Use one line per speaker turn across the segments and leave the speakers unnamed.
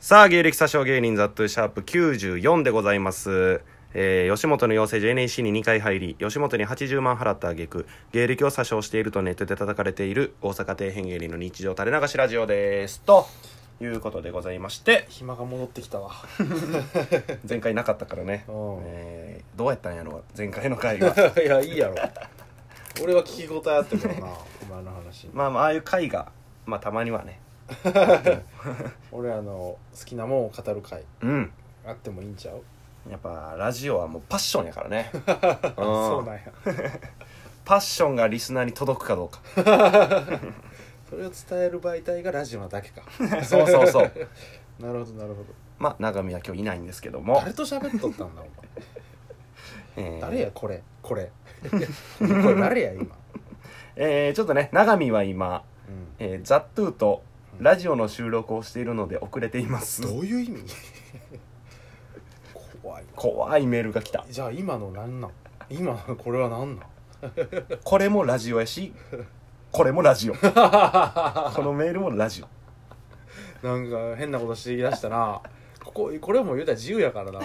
さあ、芸歴詐称芸人ザットゥシャープ94でございます。えー吉本の養成所 NAC に2回入り、吉本に80万払った挙句、芸歴を詐称しているとネットで叩かれている大阪底辺芸人の日常垂れ流しラジオです。ということでございまして、
暇が戻ってきたわ
前回なかったからね、
うん
えーどうやったんやろ前回の回が。
いやいいやろ俺は聞き応えあったけどなお前の話
まあまあ、ああいう回が、まあたまにはね、
俺あの好きなもんを語る会
うん。
あってもいいんちゃう
やっぱラジオはもうパッションやからね。うん
そうなんや
パッションがリスナーに届くかどうか。
それを伝える媒体がラジオなだけ か
そうそう そう。
なるほどなるほど
まあ、長見は今日いないんですけども
誰、と喋っとったんだお前
えー
誰やこれこ れこれ誰や今
えーちょっとね長見は今、
うん
えー、ザ・トゥーとラジオの収録をしているので遅れています
どういう意味怖い
怖いメールが来た
じゃあ今のなんなん今のこれはなんなん
これもラジオやしこれもラジ オこのメールもラジオ
なんか変なことしてきだしたなこここれはもう言うたら自由やか らな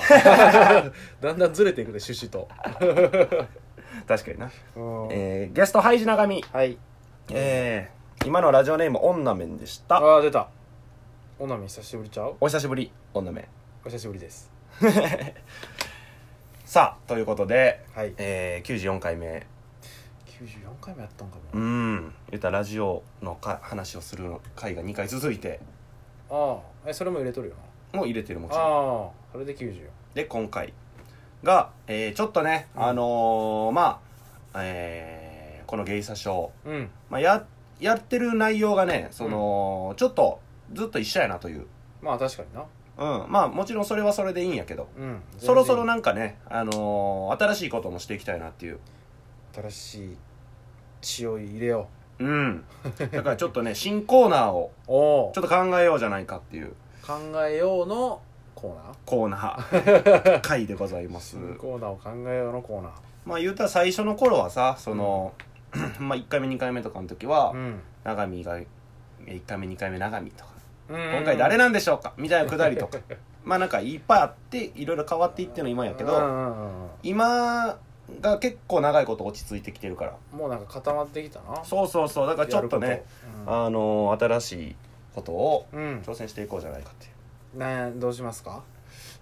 だんだんずれていくで趣旨と、
確かにな、
うん
えーゲストハイジ長見、
はい
えー今のラジオネームオンナメンでした
ああ出たおなみ久しぶりちゃう
お久しぶりオンナメン
お久しぶりです
さあということで、
はい
えー94回目
94回もやったんか
う
も、
ん言ったらラジオのか話をする回が2回続いて
ああえそれも入れとるよな
もう入れてるもちろん
ああそれで90
で今回が、えーちょっとね、
うん
あのーまあ、えーこの芸者賞、
うん
まあ、ややってる内容がねその、ちょっとずっと一緒やなという、
まあ確かにな
うん、まあもちろんそれはそれでいいんやけど
うん
そろそろな
全
んかね、あのー新しいこともしていきたいなっていう
然新しい血を入れよ
うんだからちょっとね新コーナーを
うおお
ちょっと考えようじゃないかっていう
考えようのコーナー
コーナ ー回でございます
新コーナーを考えようのコーナ
まあ言うたら最初の頃はさその、 まあ1回目2回目とかの時は、
ーうん
長見がえ1回目2回目長見とか
今
今回誰なんでしょうかみたいなくだりとかまあなんかいっぱいあっていろいろ変わっていっての今やけ
うん
ど
うんうん
今が結構長いこと落ち着いてきてるから
もうなんか固まってきたな
そうそうそうだからちょっと
やる
ね
こと
あのー新しいことを
うん、
挑戦していこうじゃないかっていう
うん、ねどうしますか
だか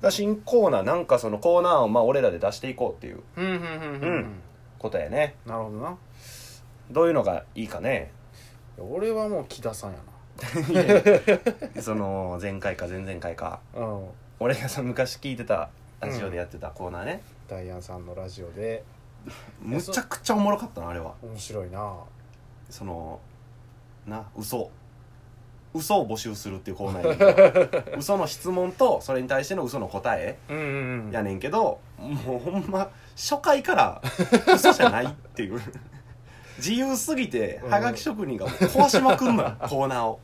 ら新コーナーなんかそのコーナーをまあ俺らで出していこうっていう
うんうんうん
う
うんん
ことやね
なるほどな
どういうのがいいかね
俺はもう木田さんや
いや その前回か前々回か
なうん
俺がその昔聞いてたラジオでやってたコーナーね、
ダイアンさんのラジオで
むちゃくちゃおもろかったなあれは
面白いな
そのな嘘嘘を募集するっていうコーナーやねんけど嘘の質問とそれに対しての嘘の答え
うんうん
やねんけど、もうほんま初回から嘘じゃないっていう 自由すぎて
うん
はがき職人が壊しまくんのよコーナーを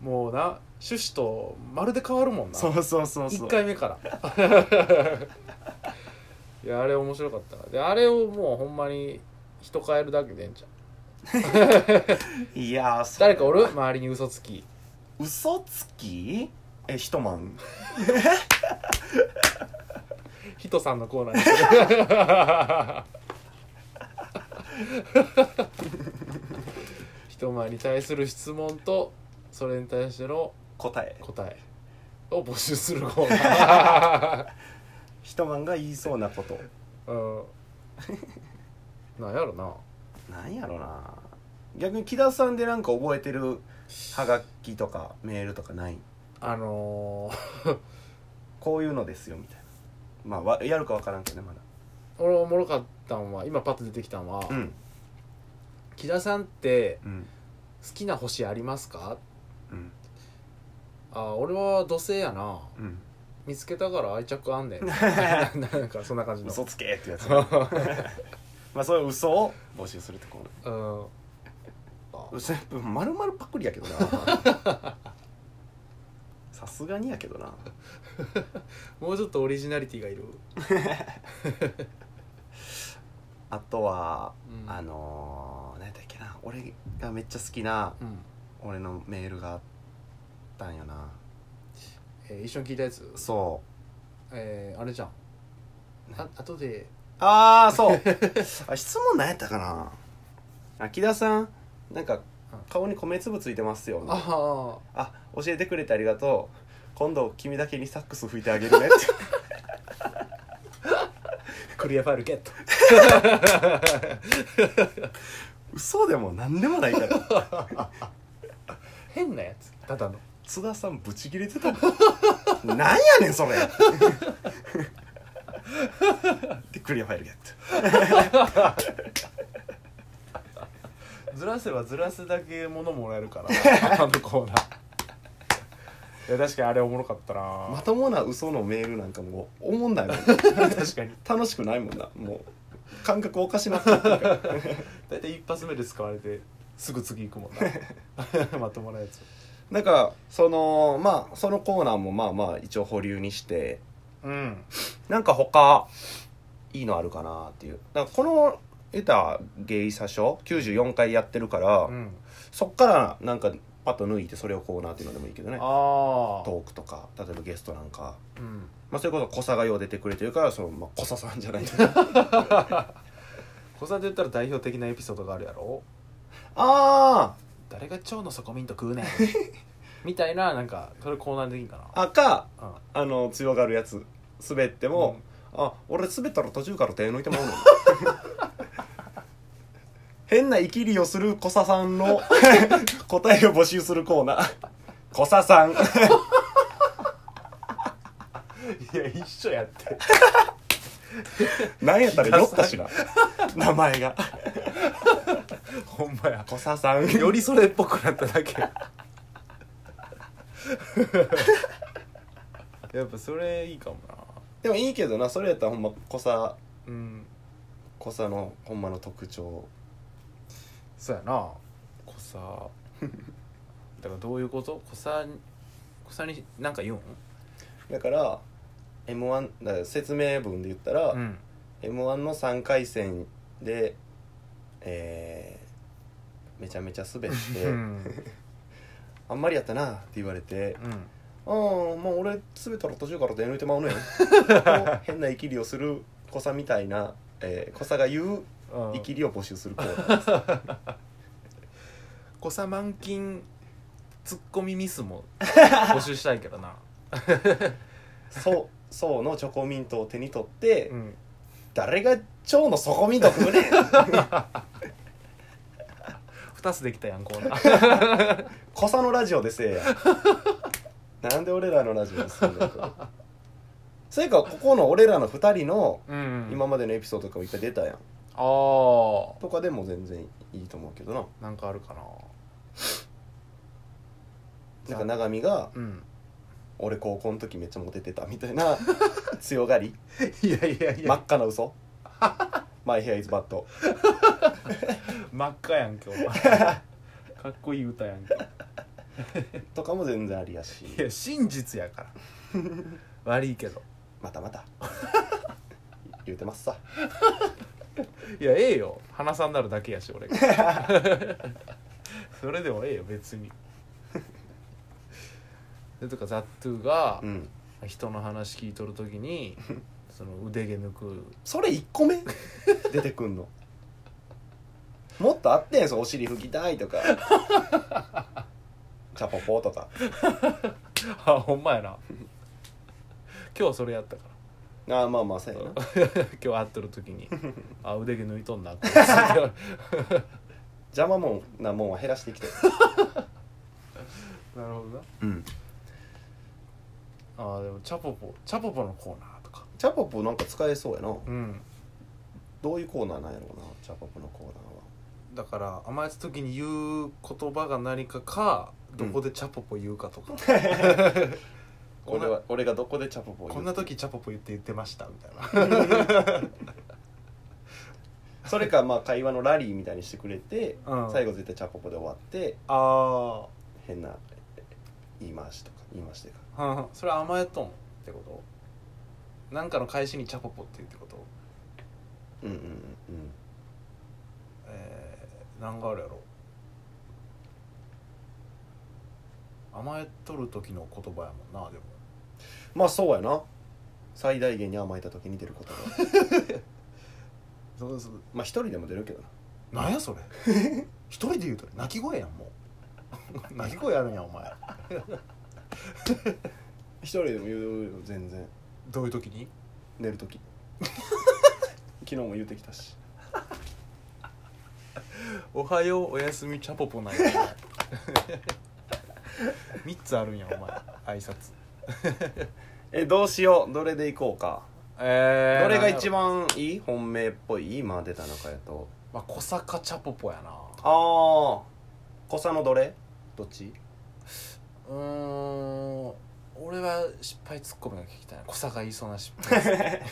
もうな趣旨とまるで変わるもんな
そうそうそうそ
1
う
回目から いやあれ面白かったであれをもうほんまに人変えるだけでええんちゃう
いやーそれ
誰かおる周りに嘘つき
嘘つきえ一晩
ヒトさんのコーナーにしてる人前に対する質問とそれに対しての
答え
答えを募集するコーナ
一晩が言いそうなこと
ーうんなんやろな
なんやろな逆に木田さんでなんか覚えてるはがきとかメールとかない
あのー
こういうのですよみたいなまあわやるか分からんけどねまだ
俺おもろかったんは今パッと出てきたんは、
うん
木田さんって
うん
好きな星ありますか
うん
あ俺は土星やな
うん
見つけたから愛着 あんねんなんかそんな感じの
嘘つけってやつ まあそういう嘘を募集するってこ
うん
う嘘まるまるパクリやけどな さすがにやけどな
もうちょっとオリジナリティがいる、
あとは、
うん
あのー、何やったっけな俺がめっちゃ好きな
うん、
俺のメールがあったんよな
えー一緒に聞いたやつ
そう
えーあれじゃんあ後で
ああそう あ質問何やったかなあ木田さんなんか顔に米粒ついてますよ
ああ
あ教えてくれてありがとう今度君だけにサックス吹いてあげるねって
クリアファイルゲット
嘘でも何でもないから
変なやつただの
津田さんブチ切れてたもんなんやねんそれ でクリアファイルゲット
ずらせばずらすだけ物もらえるから あのコーナーいや確かにあれおもろかったな、
まともな嘘のメールなんかもう思んないもん
確かに
楽しくないもんなもう感覚おかしなってるから
大体一発目で使われてすぐ次行くもん なまともなやつ
なんかそのまあそのコーナーもまあまあ一応保留にして
うん
なんか他いいのあるかなっていうなんかこの得た芸者賞94回やってるから、
うん
そっからなんかパッと抜いてそれをコーナーっていうのでもいいけどね
ああ
トークとか例えばゲストなんか、
うん
まあ、それこそ小佐がよう出てくれてるからその、まあ、小佐さんじゃないけど
小さで言ったら代表的なエピソードがあるやろ
あ
誰が蝶の底ミント食うねんみたいななんかそれコーナーでいいんか
ー赤
なうん
あの強がるやつ滑っても、あ俺滑ったら途中から手抜いてもらうの 変なイキりをする小佐さんの 答えを募集するコーナー小佐 さん
いや一緒やって
なんやったら酔ったしな名前が
ほんまや
小佐さん
よりそれっぽくなっただ けやっぱそれいいかもな
でもいいけどなそれやったらほんま小佐
うん
小佐のほんまの特徴
そうやな小 さだからどういうこと小さ小さに何か言うん
だから m 1だから説明文で言ったら、
ん
m 1の3回戦でえーめちゃめちゃ滑って
うん
あんまりやったなって言われて
うん
ああまあ俺滑ったら途中から出抜いてまう ねんこう変なイキりをする子さみたいな、えー、子さが言うイキりを募集 する子
小さ満金ツッコミミス も募集したいけどな
そうそうのチョコミントを手に取って、
ん
誰が蝶の底ミント食うねん
2つできたやんコーナー
小さのラジオでせえやなんで俺らのラジオですんねん とそれかここの俺らの2人の
うん
今までのエピソードとかも一回出たやん
ああ
とかでも全然いいと思うけどな
なんかあるかな
なんか永見が
うん
「俺高校の時めっちゃモテてた」みたい な強がり
いやいやい
真っ赤な嘘 マイヘアイズバッド
真っ赤やんけお 前かっこいい歌やんけ
とかも全然ありやし
いや真実やから 悪いけど
またま た言うてますさ
いやええよ花さんなるだけやし 俺がそれでもええよ別 にでとかザットゥが
うん
人の話聞いとる時にその腕毛抜く
それ1個目 出てくんのもっとあってんすよお尻拭きたいと かチャポポとか
あほんまや な今日それやったか
ああまあまあそうやな
ら今日会っとる時 に「あ腕毛抜いとん な」こいつって
邪魔もんなもんは減らしていきたい、
なるほどな
うん、
あーでもチャポポチャポポのコーナーとか
チャポポなんか使えそうやな
うん
どういうコーナーなんやろうなチャポポのコーナーは
だから甘えた時に言う言葉が何かかどこでチャポポ言うかとか、こん
俺
な
は俺がどこでチャポポを言う
こんな時チャポポ言って言ってましたみたいな
それかまあ会話のラリーみたいにしてくれて、
うん
最後絶対チャポポで終わって
あ
変な言い回しとか言い回しというか
あそれ甘えとんってことなんかの返しにチャポポって言うってこと
うんうんうんうん
えー、何があるやろ甘えとる時の言葉やもんなでも
まあそうやな最大限に甘えた時に出ること がそうそうまあ一人でも出るけどな
なんやそれ一人で言うと泣き声やんもう泣き声あるんやお前
一人でも言うよ全然
どういう時に
寝る時 昨日も言うてきたし
おはようおやすみチャポポなんや3つあるんやお前挨拶
えどうしようどれでいこうか
え
どれが一番
番、
いい本命っぽい今出た中やと
まあ、小坂チャポポや
あ
な
あ小さのどれどっち
うーん俺は失敗ツッコミが聞きたいな小坂言いそうな失敗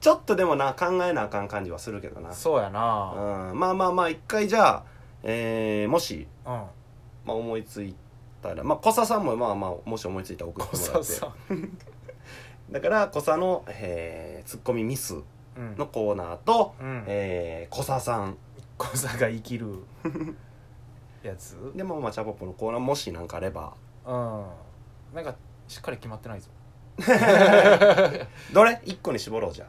ちょっとでもな考えなあかん感じはするけどな
そうやな
うんまあまあまあ一回じゃあ、えーもし、
うん
まあ、思いついたらまあ小佐さんもまあまあもし思いついたら送って
小
もら
坂
って
さ
だから小佐の、えー、ツッコミミス
ん、うん
のコーナーと、
うん
えー、小佐さん
小坂生きるやつうん
でまあまあチャポッポのコーナーもしなんかあれば
なんかしっかり決まってないぞ
どれ一個に絞ろうじゃ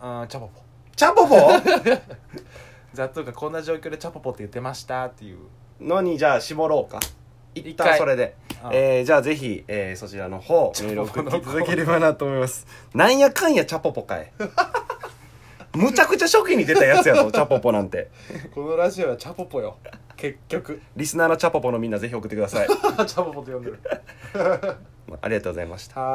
あ
うんチャポポ
チャポポ
ザットがこんな状況でチャポポって言ってましたっていう
のにじゃあ絞ろうか一
一
旦
回
それで、
うん
えーじゃあぜひ、えーそちらの方メール送っていただければなと思いますなんやかんやチャポポかい むちゃくちゃ初期に出たやつやぞチャポポなんて
このラジオはチャポポよ結 局
リスナーのチャポポのみんなぜひ送ってください、
チャポポと呼んでる
まあありがとうございました
はーい